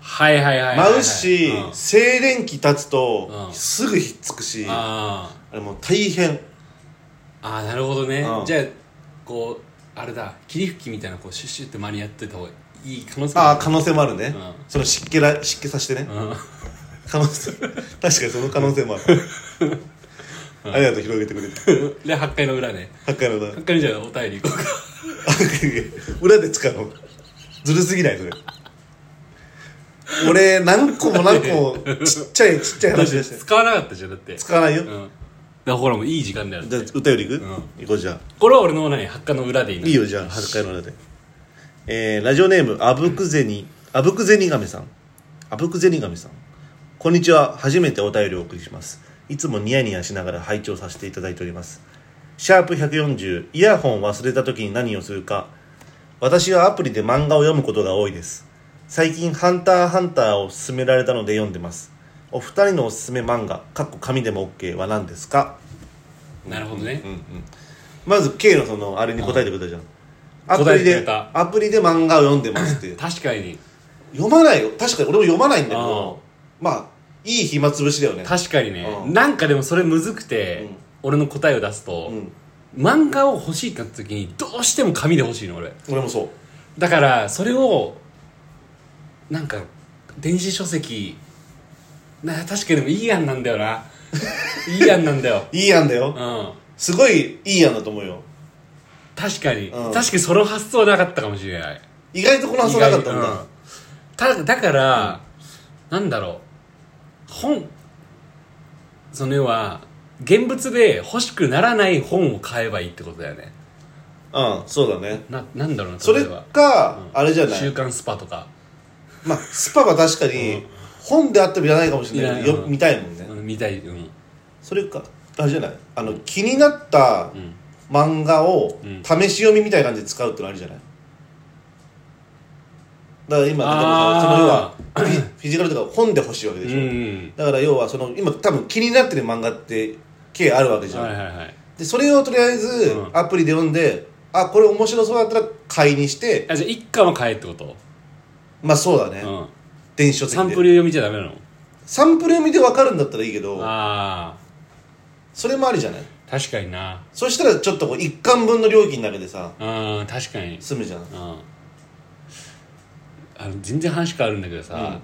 Speaker 1: はいはいはいはいはい
Speaker 2: 舞うし、
Speaker 1: うん
Speaker 2: 静電気立つと、
Speaker 1: うん
Speaker 2: すぐひっつくしあ
Speaker 1: あ
Speaker 2: れもう大変
Speaker 1: ーあーなるほどね
Speaker 2: うん
Speaker 1: じゃあこうあれだ霧吹きみたいなこうシュッシュって間にやっといた方がいい可能性も
Speaker 2: ああ
Speaker 1: る
Speaker 2: 可能性もあるね、
Speaker 1: うん
Speaker 2: その湿気ら湿気させてね、
Speaker 1: うん
Speaker 2: 可能性 (laughs) 確かにその可能性もあるありがとう広げてくれて
Speaker 1: (laughs) で8階の裏ね
Speaker 2: 8回の裏
Speaker 1: 8階のじゃあお便り
Speaker 2: (laughs)
Speaker 1: 行こうか
Speaker 2: 裏で使うのずるすぎないそれ俺何個も何個もちっちゃいちっちゃい話でして
Speaker 1: 使わなかったじゃんだって
Speaker 2: 使わないよ、
Speaker 1: うんだからほらもういい時間だよ
Speaker 2: じゃあお便りいく、
Speaker 1: ん
Speaker 2: 行こうじゃあ
Speaker 1: これは俺の何8階の裏でいいの
Speaker 2: いいよじゃあ8回の裏でえー、ラジオネームあぶくぜにあぶくぜにがめさんあぶくぜにがめさんこんにちは初めてお便りをお送りしますいつもニヤニヤしながら拝聴させていただいておりますシャープ140イヤホン忘れた時に何をするか私はアプリで漫画を読むことが多いです最近「ハンターハンター」を勧められたので読んでますお二人のおすすめ漫画かっこ紙でも OK は何ですか
Speaker 1: なるほどね、
Speaker 2: まず K のそのあれに答えてくれたじゃんアプ
Speaker 1: 答え
Speaker 2: リ
Speaker 1: てくれ
Speaker 2: で
Speaker 1: た
Speaker 2: アプリで漫画を読んでますっていう
Speaker 1: 確かに
Speaker 2: 読まないよ確かに俺も読まないんだけどまあいい暇つぶしだよね
Speaker 1: 確かにね、
Speaker 2: うん
Speaker 1: なんかでもそれむずくて、俺の答えを出すと、
Speaker 2: うん
Speaker 1: 漫画を欲しいってなった時にどうしても紙で欲しいの俺
Speaker 2: 俺もそう
Speaker 1: だからそれをなんか電子書籍な確かにでもいい案なんだよ
Speaker 2: (laughs)
Speaker 1: ないい案なんだよ
Speaker 2: いい案だよ
Speaker 1: うん
Speaker 2: すごいいい案だと思うよ
Speaker 1: 確かに、
Speaker 2: う
Speaker 1: 確
Speaker 2: ん
Speaker 1: かにその発想なかったかもしれない
Speaker 2: 意外とこの発想なかったん
Speaker 1: 意外
Speaker 2: だ
Speaker 1: うんただから、なんだろう本その要は現物で欲しくならない本を買えばいいってことだよね
Speaker 2: うん、そうだね
Speaker 1: ななんだろうな
Speaker 2: それ
Speaker 1: 例えば
Speaker 2: かあれじゃな
Speaker 1: 週
Speaker 2: い
Speaker 1: 刊スパとか
Speaker 2: まあスパは確かに本であってもいらないかもしれないけ
Speaker 1: い
Speaker 2: ど
Speaker 1: らない
Speaker 2: よ見たいもんね
Speaker 1: うん見たいうん
Speaker 2: それかあれじゃないあの気になった
Speaker 1: ん
Speaker 2: 漫画を
Speaker 1: うん
Speaker 2: 試し読みみたいな感じで使うってのあるじゃないだから今だからその要は
Speaker 1: あ
Speaker 2: フィフィジカルとか本で欲しいわけ
Speaker 1: う
Speaker 2: で
Speaker 1: ん
Speaker 2: し
Speaker 1: う
Speaker 2: ょ、
Speaker 1: ん
Speaker 2: だから要はその今多分気になってる漫画って系あるわけじゃん、
Speaker 1: はいはいはい
Speaker 2: でそれをとりあえず
Speaker 1: うん
Speaker 2: アプリで読んで、あこれ面白そうだったら買いにして
Speaker 1: あじゃあ一巻は買えってこと、
Speaker 2: まあそうだね、
Speaker 1: うん、
Speaker 2: 電子書籍
Speaker 1: サン
Speaker 2: で
Speaker 1: プル読みちゃダメなの
Speaker 2: サンプル読みで分かるんだったらいいけど
Speaker 1: あ
Speaker 2: それもありじゃない
Speaker 1: あ確かにな
Speaker 2: そしたらちょっとこう一巻分の料金だけでさ
Speaker 1: うん確かに
Speaker 2: 済むじゃん
Speaker 1: うんあの全然話変わるんだけどさ、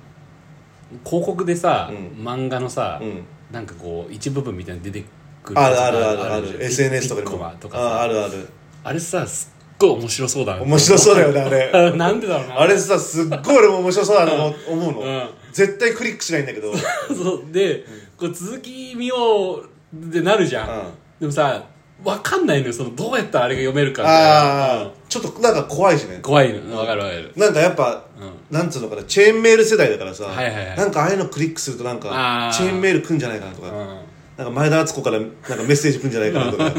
Speaker 1: 広告でさ、
Speaker 2: うん
Speaker 1: 漫画のさ、
Speaker 2: うん
Speaker 1: なんかこう一部分みたいなの出てく
Speaker 2: あ
Speaker 1: やつ
Speaker 2: る
Speaker 1: が
Speaker 2: あるあるあ
Speaker 1: じゃん
Speaker 2: る SNS とか
Speaker 1: ピ
Speaker 2: で
Speaker 1: ッコ
Speaker 2: も
Speaker 1: マとか
Speaker 2: あ
Speaker 1: さ
Speaker 2: あるある
Speaker 1: あれさすっごい面白そうだな
Speaker 2: 面白そうだよねあれ
Speaker 1: あ (laughs) なんでだろうな
Speaker 2: あれさすっごい俺も面白そうだなと思うの、
Speaker 1: うん
Speaker 2: 絶対クリックしないんだけど、うん、
Speaker 1: そうでこう続き見ようってなるじゃん、
Speaker 2: あ
Speaker 1: でもさわかんないのよそのどうやったらあれが読めるかみたいな
Speaker 2: あー、ちょっとなんか怖いしね
Speaker 1: 怖いのわかるわかる
Speaker 2: なんかやっぱ、なんつうのかなチェーンメール世代だからさ、
Speaker 1: はいはいはい
Speaker 2: なんかああいうのクリックするとなん
Speaker 1: あ
Speaker 2: か
Speaker 1: ー
Speaker 2: チェーンメール来んじゃないかなと
Speaker 1: う
Speaker 2: か、
Speaker 1: ん
Speaker 2: なんか前田敦子からなんかメッセージ来んじゃないかなとか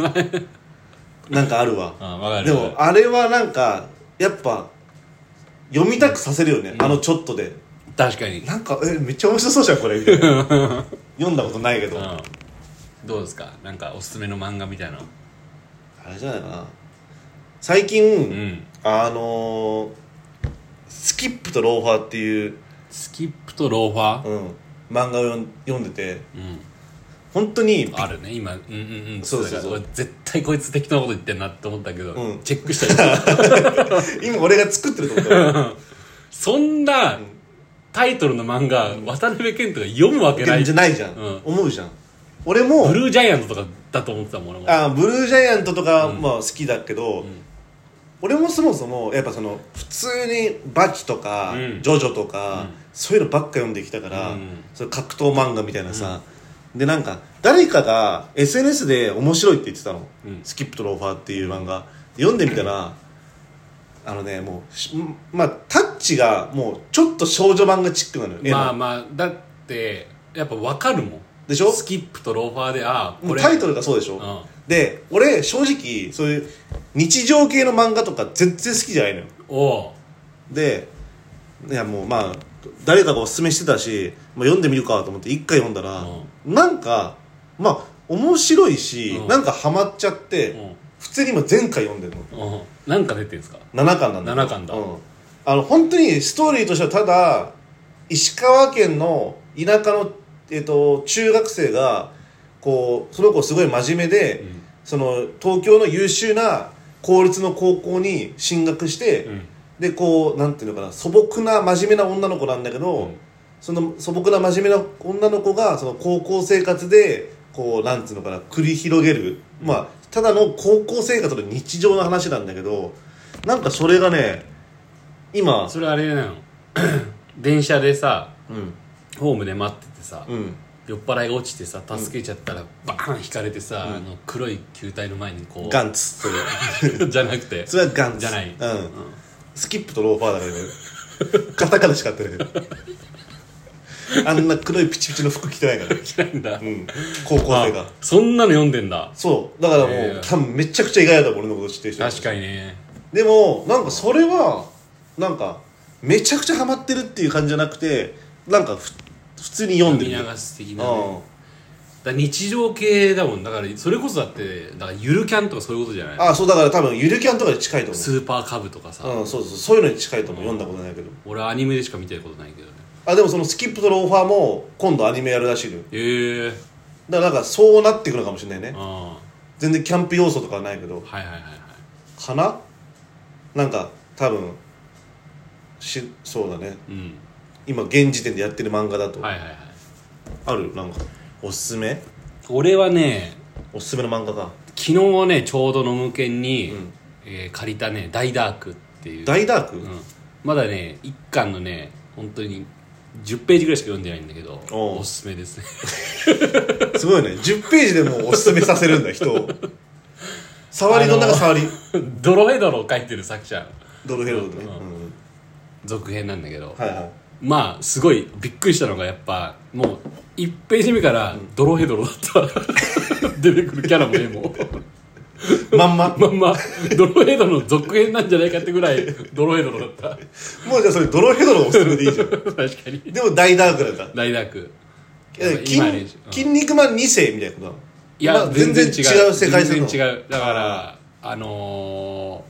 Speaker 1: (laughs)
Speaker 2: なんかあるわ、
Speaker 1: うんわかる
Speaker 2: でもあれはなんかやっぱ読みたくさせるよね、あのちょっとで
Speaker 1: 確かに
Speaker 2: なんかえめっちゃ面白そうじゃんこれみた
Speaker 1: (laughs)
Speaker 2: いな読んだことないけど、あ
Speaker 1: うんどうですかなんかおすすめの漫画みたいな
Speaker 2: れじゃないかな最近、
Speaker 1: うん
Speaker 2: あのースキップとローファー」っていう、
Speaker 1: スキップとローファー
Speaker 2: うん、漫画を読ん読んでて
Speaker 1: うん
Speaker 2: 本当に
Speaker 1: あるね今うんうんうん
Speaker 2: そうそうそう
Speaker 1: だから俺絶対こいつ適当なこと言ってんなって思ったけど、
Speaker 2: うん
Speaker 1: チェックした
Speaker 2: (laughs)
Speaker 1: ら
Speaker 2: 今俺が作ってるってことだよ
Speaker 1: そんなタイトルの漫画、渡辺謙とか読むわけ (laughs) ない
Speaker 2: じゃないじゃん、
Speaker 1: うん
Speaker 2: 思うじゃん俺も
Speaker 1: ブルージャイアントとかだと思ってたもん俺も
Speaker 2: あブルージャイアントとか、まあ、好きだけど、俺もそもそもやっぱその普通に「バキ」とか、
Speaker 1: うん
Speaker 2: ジョジョ」とか、そういうのばっか読んできたから、
Speaker 1: うん
Speaker 2: それ格闘漫画みたいなさ、でなんか誰かが SNS で面白いって言ってたの「
Speaker 1: うん
Speaker 2: スキップとローファー」っていう漫画読んでみたら、あのねもうしまあタッチがもうちょっと少女漫画チックなのよ絵の
Speaker 1: まあまあだってやっぱ分かるもん
Speaker 2: でしょ
Speaker 1: スキップとローファーでああ
Speaker 2: もうタイト
Speaker 1: ル
Speaker 2: ルがそうでし
Speaker 1: う
Speaker 2: ょ、
Speaker 1: ん
Speaker 2: で俺正直そういう日常系の漫画とか全然好きじゃないのよ
Speaker 1: おう
Speaker 2: でいやもうまあ誰かがおすすめしてたし、まあ、読んでみるかと思って一回読んだら、なんかまあ面白いし、
Speaker 1: うん
Speaker 2: なんかハマっちゃって、
Speaker 1: うん
Speaker 2: 普通に今前回読んでるの
Speaker 1: うんなんか出てんすか
Speaker 2: 7巻なんだ
Speaker 1: 七巻だ
Speaker 2: うん、あの本当にストーリーとしてはただ石川県の田舎の、えっと中学生がこうその子すごい真面目で、
Speaker 1: ん
Speaker 2: その東京の優秀な公立の高校に進学して、
Speaker 1: うん
Speaker 2: でこうなんていうのかな素朴な真面目な女の子なんだけど、
Speaker 1: うん
Speaker 2: その素朴な真面目な女の子がその高校生活でこうなんつうのかな繰り広げる、まあただの高校生活の日常の話なんだけどなんかそれがね今
Speaker 1: それあれなの (clears throat) 電車でさ
Speaker 2: うん
Speaker 1: ホームで待っててさ、
Speaker 2: うん
Speaker 1: 酔っ払いが落ちてさ助けちゃったらバーン引かれてさ、あの黒い球体の前にこう
Speaker 2: ガンツそれ
Speaker 1: じゃなくて
Speaker 2: それはガンツ
Speaker 1: じゃない
Speaker 2: うんスキップとローファーだからねカタカナしかやってないあんな黒いピチピチの服着てないから、
Speaker 1: 嫌いんだ、
Speaker 2: うん、高校生が
Speaker 1: あそんなの読んでんだ
Speaker 2: そうだからもう、
Speaker 1: えー
Speaker 2: 多分めちゃくちゃ意外だと思う俺のこと知ってる人
Speaker 1: 確かにね
Speaker 2: でもなんかそれはなんかめちゃくちゃハマってるっていう感じじゃなくてなんかふ普通に読んで
Speaker 1: 見
Speaker 2: る
Speaker 1: 流
Speaker 2: うん
Speaker 1: す的な、ね、だから日常系だもんだからそれこそだってだからゆるキャンとかそういうことじゃない
Speaker 2: ああそうだから多分ゆるキャンとかに近いと思
Speaker 1: スーパーカブとかさ、
Speaker 2: う、うん、そうそうそういうのに近いと思う読んだことないけど
Speaker 1: 俺アニメでしか見たことないけどね
Speaker 2: あでもそのスキップとローファーも今度アニメやるらしいのよ
Speaker 1: ええー、
Speaker 2: だからなんかそうなってくるかもしれないね
Speaker 1: あ
Speaker 2: 全然キャンプ要素とかはないけど
Speaker 1: あはいはいはいはい
Speaker 2: かななんか多分しそうだね
Speaker 1: うん
Speaker 2: 今現時点でやってる漫画だと、
Speaker 1: はいはいはい
Speaker 2: あるなんかおすすめ
Speaker 1: 俺はね
Speaker 2: おすすめの漫画か
Speaker 1: 昨日ねちょうど飲む券に、えー借りたね「大ダーク」っていう
Speaker 2: 大ダーク、
Speaker 1: うん、まだね一巻のね本当に10ページぐらいしか読んでないんだけど
Speaker 2: おう
Speaker 1: おすすめですね (laughs)
Speaker 2: すごいね10ページでもうおすすめさせるんだ人を触りどんなか触り
Speaker 1: ドロヘドロを書いてる作者
Speaker 2: ドルヘロドね、
Speaker 1: うん
Speaker 2: うん
Speaker 1: 続編なんだけど、
Speaker 2: はいはい
Speaker 1: まあすごいびっくりしたのがやっぱもう1ページ目からドロヘドロだった、 (laughs) 出てくるキャラも絵も
Speaker 2: まんま
Speaker 1: (laughs) まんまドロヘドロの続編なんじゃないかってぐらいドロヘドロだった
Speaker 2: もうじゃあそれドロヘドロおすすめでいいじゃん
Speaker 1: 確かに
Speaker 2: でも大ダークなんだ
Speaker 1: 大学
Speaker 2: え筋
Speaker 1: 今ねうん
Speaker 2: 筋肉マン2世みたいなことなの
Speaker 1: いや、
Speaker 2: まあ
Speaker 1: 全然違う
Speaker 2: 世界線
Speaker 1: 全
Speaker 2: の
Speaker 1: 然違うだからあの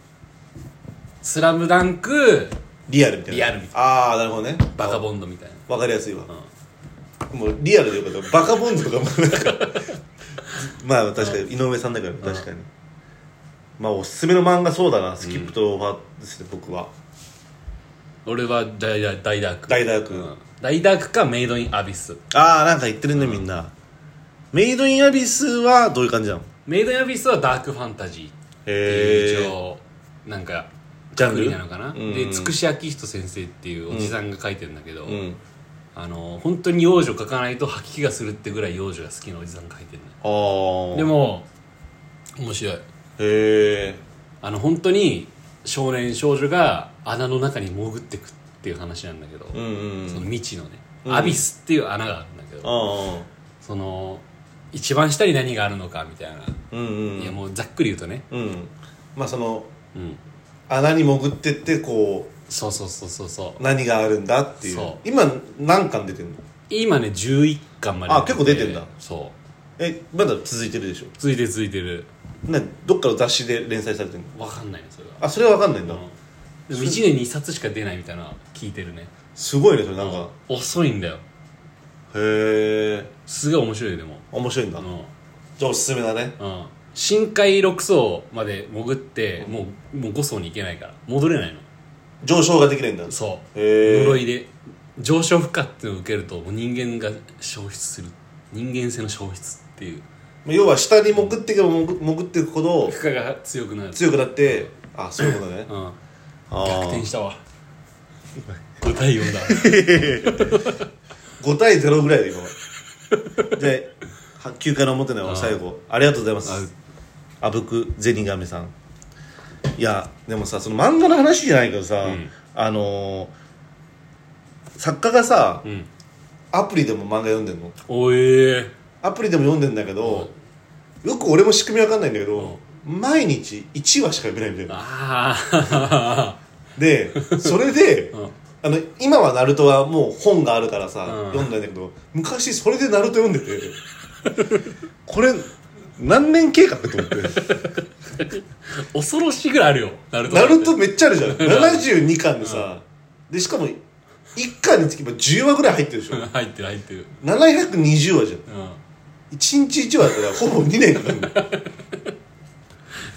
Speaker 1: ー「スラムダンク
Speaker 2: リアルみたいな
Speaker 1: リアルみたい
Speaker 2: なああなるほどね
Speaker 1: バカボンド」みたいな
Speaker 2: わかりやすいわ、もうリアルでよかったバカボンズとかもなんかまあ確かに井上さんだから確かにまあおすすめの漫画そうだなスキップとオーバーですね、僕は
Speaker 1: 俺は大大大ダーク
Speaker 2: 大ダーク
Speaker 1: うん大ダークかメイドインアビス
Speaker 2: ああなんか言ってるねみんな、メイドインアビスはどういう感じなの
Speaker 1: メイドインアビスはダークファンタジーって
Speaker 2: へ
Speaker 1: いう
Speaker 2: ー
Speaker 1: 一応なんか
Speaker 2: ジャンル
Speaker 1: くくりなのかな、
Speaker 2: うん
Speaker 1: でつくしあきひと先生っていうおじさんが書いてるんだけど、
Speaker 2: うん
Speaker 1: あの本当に幼女書かないと吐き気がするってぐらい幼女が好きなおじさんが書いてる
Speaker 2: ああ
Speaker 1: でも面白い
Speaker 2: へえ
Speaker 1: あの本当に少年少女が穴の中に潜ってくっていう話なんだけど、
Speaker 2: うんうん
Speaker 1: その未知のね、
Speaker 2: うん
Speaker 1: アビスっていう穴があるんだけど
Speaker 2: あ
Speaker 1: その一番下に何があるのかみたいな、
Speaker 2: あうんうん
Speaker 1: いやもうざっくり言うとね、
Speaker 2: うんまあその
Speaker 1: うん、
Speaker 2: 穴に潜ってってこ
Speaker 1: そうそうそうそうそう
Speaker 2: う何があるんだっていう
Speaker 1: そう
Speaker 2: 今何巻出てんの
Speaker 1: 今ね11巻まで
Speaker 2: あ結構出てんだ
Speaker 1: そう
Speaker 2: えまだ続いてるでしょ
Speaker 1: 続いてる続いてる
Speaker 2: などっかの雑誌で連載されてるの
Speaker 1: わかんないねそれは
Speaker 2: あそれは分かんないんだ、
Speaker 1: でも1年に1冊しか出ないみたいなの聞いてるね
Speaker 2: すごいねそれなんか、
Speaker 1: 遅いんだよ
Speaker 2: へえ
Speaker 1: すごい面白いよでも
Speaker 2: 面白いんだ、
Speaker 1: あの
Speaker 2: じゃあおすすめだね
Speaker 1: うん深海6層まで潜ってもうもう5層に行けないから戻れないの
Speaker 2: 上昇ができないんだ
Speaker 1: そう
Speaker 2: へー
Speaker 1: 呪いで上昇負荷っていうのを受けるともう人間が消失する人間性の消失っていう
Speaker 2: まあ要は下に潜っていけば潜潜っていくほど
Speaker 1: 負荷が強くなる、
Speaker 2: 強くなってあそういうことね
Speaker 1: うん、
Speaker 2: あ
Speaker 1: 逆転した
Speaker 2: (laughs)
Speaker 1: わ5対4だ (laughs)
Speaker 2: 5対0ぐらいで今 (laughs) では9回の表の最後ありがとうございますあぶくゼニガメさんいやでもさその漫画の話じゃないけどさ、
Speaker 1: うん
Speaker 2: あのー作家がさ
Speaker 1: うん
Speaker 2: アプリでも漫画読んでんの
Speaker 1: おえー、
Speaker 2: アプリでも読んでんだけど、よく俺も仕組みわかんないんだけど、毎日1話しか読めないみたいな
Speaker 1: ああ
Speaker 2: でそれ
Speaker 1: (laughs)
Speaker 2: で、
Speaker 1: うん
Speaker 2: あの今はナルトはもう本があるからさ、
Speaker 1: うん
Speaker 2: 読んだんだけど昔それでナルト読んでてこれ何年計画と思って
Speaker 1: 恐ろしいぐらいあるよナルト
Speaker 2: ナ
Speaker 1: だって
Speaker 2: ルトめっちゃあるじゃん72巻でさ、でしかも1巻につき今10話ぐらい入ってるでしょ
Speaker 1: 入ってる入ってる
Speaker 2: 720話じゃん
Speaker 1: うん
Speaker 2: 1日1話だったらほぼ2年かか
Speaker 1: (laughs)
Speaker 2: るんだよ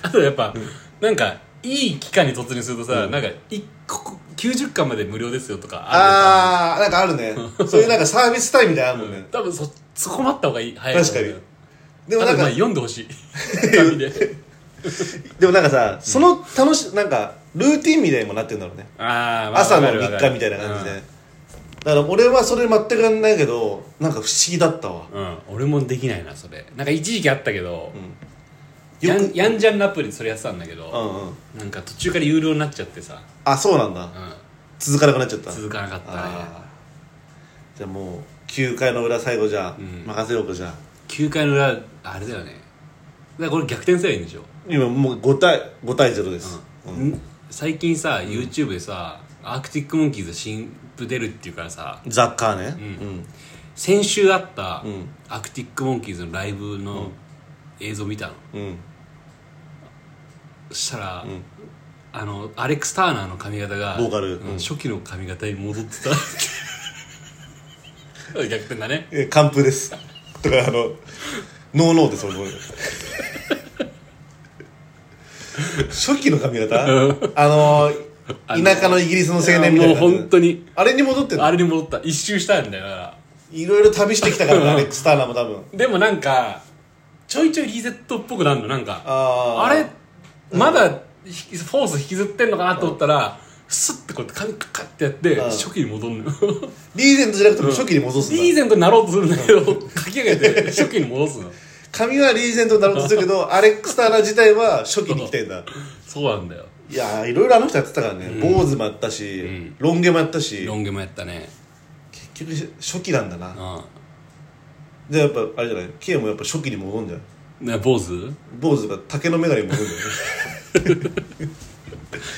Speaker 1: あとやっぱ、なんかいい期間に突入するとさ、なんか一個90巻まで無料ですよとかあ
Speaker 2: あーなんかあ
Speaker 1: (laughs)
Speaker 2: るねそういうなんかサービスタイムみたいなのあるもんね
Speaker 1: る、多分そそこ待った方がいい早い
Speaker 2: 確かにで
Speaker 1: で
Speaker 2: も
Speaker 1: も
Speaker 2: な
Speaker 1: なんん
Speaker 2: か
Speaker 1: 読んでほし
Speaker 2: (laughs)
Speaker 1: い紙で
Speaker 2: でもなんかさその楽しなんかルーティンみたいにもなってるんだろうね
Speaker 1: あーまあ
Speaker 2: 朝の日
Speaker 1: わか
Speaker 2: 課
Speaker 1: る
Speaker 2: みたいな感じで、だから俺はそれ全くやんないけどなんか不思議だったわ
Speaker 1: うん、うん俺もできないなそれなんか一時期あったけど、
Speaker 2: よ
Speaker 1: や
Speaker 2: く
Speaker 1: んやんじゃんラップでそれやってたんだけ
Speaker 2: う
Speaker 1: ど、
Speaker 2: んうん
Speaker 1: なんか途中から有料になっちゃってさ、
Speaker 2: あそうなんだ
Speaker 1: うん、
Speaker 2: 続かなくなっちゃった
Speaker 1: 続かなかったね
Speaker 2: あーじゃあもう9回の裏最後じゃあ、
Speaker 1: ん
Speaker 2: 任せようかじゃあ
Speaker 1: 9回の裏あれだよねだからこれ逆転すればいいんでしょ、
Speaker 2: 今もう5対5対0です、うん
Speaker 1: ん最近さ YouTube でさ、アークティックモンキーズ新譜出るっていうからさ
Speaker 2: ザッカーね
Speaker 1: 先週あった、
Speaker 2: ん
Speaker 1: アークティックモンキーズのライブの映像見たの、
Speaker 2: うんうん
Speaker 1: そしたら、あのアレックス・ターナーの髪型が
Speaker 2: ボーカル
Speaker 1: うん
Speaker 2: うん
Speaker 1: 初期の髪型に戻ってた
Speaker 2: (laughs)
Speaker 1: 逆転だね
Speaker 2: え完封です (laughs) だからあのノーノーです俺も初期の髪型あの田舎のイギリスの青年みたいな感じ
Speaker 1: もう本当に
Speaker 2: あれに戻ってんの
Speaker 1: あれに戻った一周したんだよだから
Speaker 2: いろいろ旅してきたからねアレックス・ターナーも多分
Speaker 1: でもなんかちょいちょいリセットっぽくなるのなんか
Speaker 2: あー
Speaker 1: あれまだ引きフォース引きずってんのかなと思ったらスッてこうやって髪カッてやって
Speaker 2: うん
Speaker 1: 初期に戻るのよ
Speaker 2: リーゼントじゃなくても初期に戻すんだ、
Speaker 1: リーゼントになろうとするんだけどかき上げて初期に戻すの
Speaker 2: 髪はリーゼントになろうとする
Speaker 1: (laughs)
Speaker 2: けどアレックス・ターナー自体は初期に来てんだ
Speaker 1: そうなんだよ
Speaker 2: いやーいろいろあの人やってたからね、坊主もやったし、
Speaker 1: ん
Speaker 2: ロン毛もやったし
Speaker 1: ロン毛もやったね
Speaker 2: 結局初期なんだな
Speaker 1: う
Speaker 2: でやっぱあれじゃない K もやっぱ初期に戻んじゃん
Speaker 1: んね坊主
Speaker 2: 坊主が竹の眼鏡も戻る
Speaker 1: (laughs)
Speaker 2: んだよね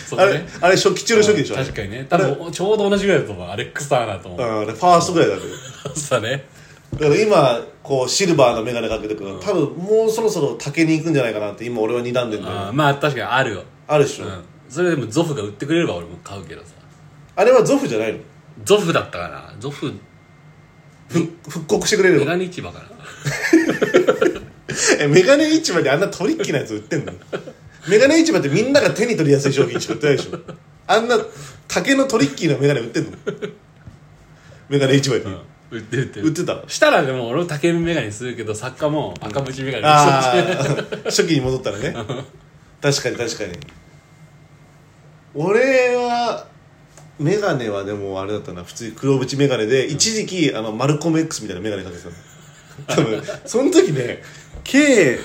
Speaker 1: そう
Speaker 2: あ
Speaker 1: だ
Speaker 2: れ
Speaker 1: ね、
Speaker 2: あれ初期中の初期でしょ
Speaker 1: 確かにね多分ちょうど同じぐらいだと思うアレックスターだと
Speaker 2: あ
Speaker 1: 思う
Speaker 2: れうんあれファーストぐらいだけど
Speaker 1: そうだね
Speaker 2: だから今こうシルバーの眼鏡かけてくる多分もうそろそろ竹に行くんじゃないかなって今俺は睨んでんだよ
Speaker 1: あ
Speaker 2: ね
Speaker 1: ーまあ確かにあるよ
Speaker 2: あるでし
Speaker 1: う
Speaker 2: ょ、
Speaker 1: んそれでもゾフが売ってくれれば俺も買うけどさ
Speaker 2: あれはゾフじゃないの
Speaker 1: ゾフだったかなゾフ
Speaker 2: ふ復刻してくれる
Speaker 1: メ
Speaker 2: の
Speaker 1: ガネ市場かな
Speaker 2: え眼鏡市場であんなトリッキーなやつ売ってんの眼鏡市場ってみんなが手に取りやすい商品しか売ってないでしょあんな竹のトリッキーな眼鏡売ってんの眼鏡市場に、
Speaker 1: 売ってる売って
Speaker 2: 売っ
Speaker 1: る
Speaker 2: てた
Speaker 1: したらでも俺も竹眼鏡にするけど作家も赤縁眼鏡に
Speaker 2: あ
Speaker 1: して
Speaker 2: あ初期に戻ったらね確かに確かに俺は眼鏡はでもあれだったな普通に黒縁眼鏡で一時期あのマルコム X みたいな眼鏡かけてたの多分その時ね K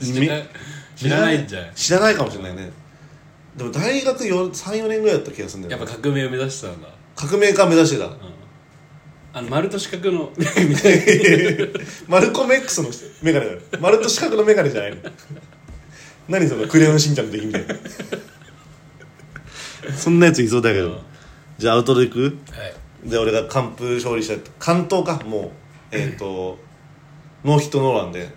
Speaker 1: 知らない知らないんじゃない
Speaker 2: 知らないかもしれないねでも大学34年ぐらいだった気がするんだ
Speaker 1: や
Speaker 2: よ、
Speaker 1: っぱ
Speaker 2: ね、
Speaker 1: 革命を目指してたんだ
Speaker 2: 革命家目指してた
Speaker 1: あの丸と四角の (laughs) みたいな
Speaker 2: (laughs) マルコム X のメガネだよ丸と四角のメガネじゃないの何そのクレヨンしんちゃんの敵みたいなそんなやついそうだけど、じゃあアウトド行く
Speaker 1: はい
Speaker 2: で俺が完封勝利した関東かもうえっ、とノーヒットノーランで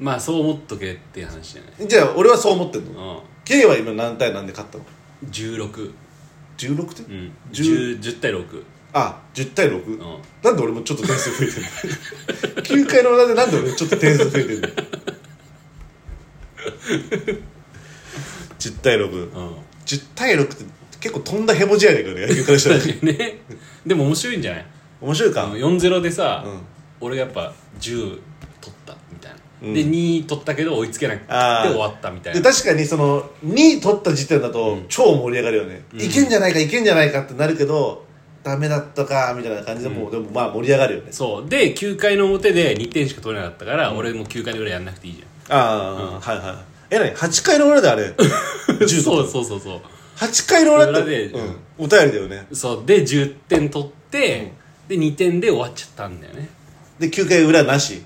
Speaker 1: まあそう思っとけっていう話じゃない
Speaker 2: じゃあ俺はそう思ってんの
Speaker 1: う
Speaker 2: K は今何対何で勝ったの
Speaker 1: ん16
Speaker 2: 16点、
Speaker 1: うん
Speaker 2: 10
Speaker 1: 10, 10対6
Speaker 2: あ10対 6?、
Speaker 1: うん
Speaker 2: なんで俺もちょっと点数増えてるの ?9 回の裏でなんで俺ちょっと点数増えてるの ?10 対610
Speaker 1: うん (laughs)
Speaker 2: 対6って結構飛んだヘボじゃねえかね野球からした
Speaker 1: (laughs)
Speaker 2: ら
Speaker 1: ねでも面白いんじゃない
Speaker 2: 面白いか
Speaker 1: あの4-0でさ、
Speaker 2: うん
Speaker 1: 俺がやっぱ10取ったみたいな、
Speaker 2: うん
Speaker 1: で2取ったけど追いつけなくて
Speaker 2: あー
Speaker 1: 終わったみた
Speaker 2: で
Speaker 1: いな
Speaker 2: 確かにその2位取った時点だと超盛り上がるよね、いけんじゃないかいけんじゃないかってなるけどダメだったかみたいな感じでもう、でもまあ盛り上がるよね
Speaker 1: そうで9回の表で2点しか取れなかったから、俺も9回の裏やんなくていいじゃ
Speaker 2: ああ、はいはいえなに8回の裏で
Speaker 1: (laughs)
Speaker 2: あれ
Speaker 1: ん
Speaker 2: 10
Speaker 1: そうそうそうそう
Speaker 2: 8回の裏って
Speaker 1: 裏で
Speaker 2: うん、お便りだよね
Speaker 1: そうで10点取って、で2点で終わっちゃったんだよね
Speaker 2: で9回裏なし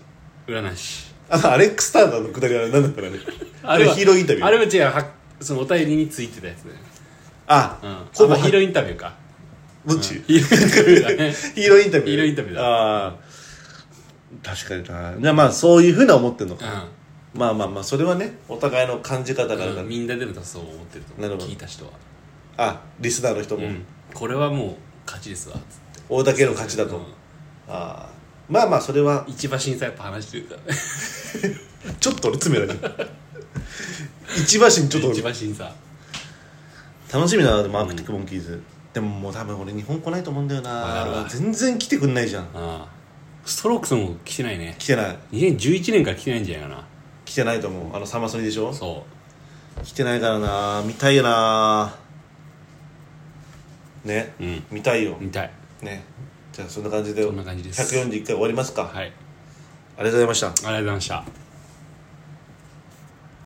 Speaker 1: 裏なし
Speaker 2: あのアレックス・ターナーのくだりあれ何だったかねあれヒーローインタビュー
Speaker 1: あ
Speaker 2: あ
Speaker 1: れは違うはそのお便りについてたやつねうんあ
Speaker 2: ほぼ
Speaker 1: まあヒーロ
Speaker 2: ー
Speaker 1: ーインタビューか
Speaker 2: どっち、
Speaker 1: ヒーローインタビューだね
Speaker 2: ヒーローインタビュー
Speaker 1: ヒーローインタビュー
Speaker 2: だああ確かになじゃあまあそういうふうな思ってんの
Speaker 1: う
Speaker 2: か、
Speaker 1: ん
Speaker 2: まあまあまあそれはねお互いの感じ方があるから、
Speaker 1: うんみんなでも多分そう思ってると
Speaker 2: なる
Speaker 1: 思う
Speaker 2: ほど
Speaker 1: 聞いた人は、
Speaker 2: あリスナーの人も、
Speaker 1: うん、これはもう勝ちですわ
Speaker 2: 大竹の勝ちだと、
Speaker 1: うん
Speaker 2: ああまあまあそれは
Speaker 1: 一番審査やっぱ話してるからね
Speaker 2: ちょっと俺詰め
Speaker 1: (laughs)
Speaker 2: られる一馬身ちょっと俺
Speaker 1: 一番審査
Speaker 2: 楽しみだなでもアークティックモンキーズ、でももう多分俺日本来ないと思うんだよ
Speaker 1: わかる
Speaker 2: な
Speaker 1: わ
Speaker 2: 全然来てくんないじゃん
Speaker 1: ああストロークスも来てないね
Speaker 2: 来てない
Speaker 1: 2011年から来てないんじゃないか
Speaker 2: 来てないと思うあのサマソニでしょ
Speaker 1: なそ
Speaker 2: 来てないからな見たいよなね、
Speaker 1: うん
Speaker 2: 見たいよ
Speaker 1: う見たい
Speaker 2: ねじゃあそんな感じで
Speaker 1: そんな感じです
Speaker 2: 141回終わりますか、
Speaker 1: はいあ
Speaker 2: ありがとうございました
Speaker 1: りがとうございました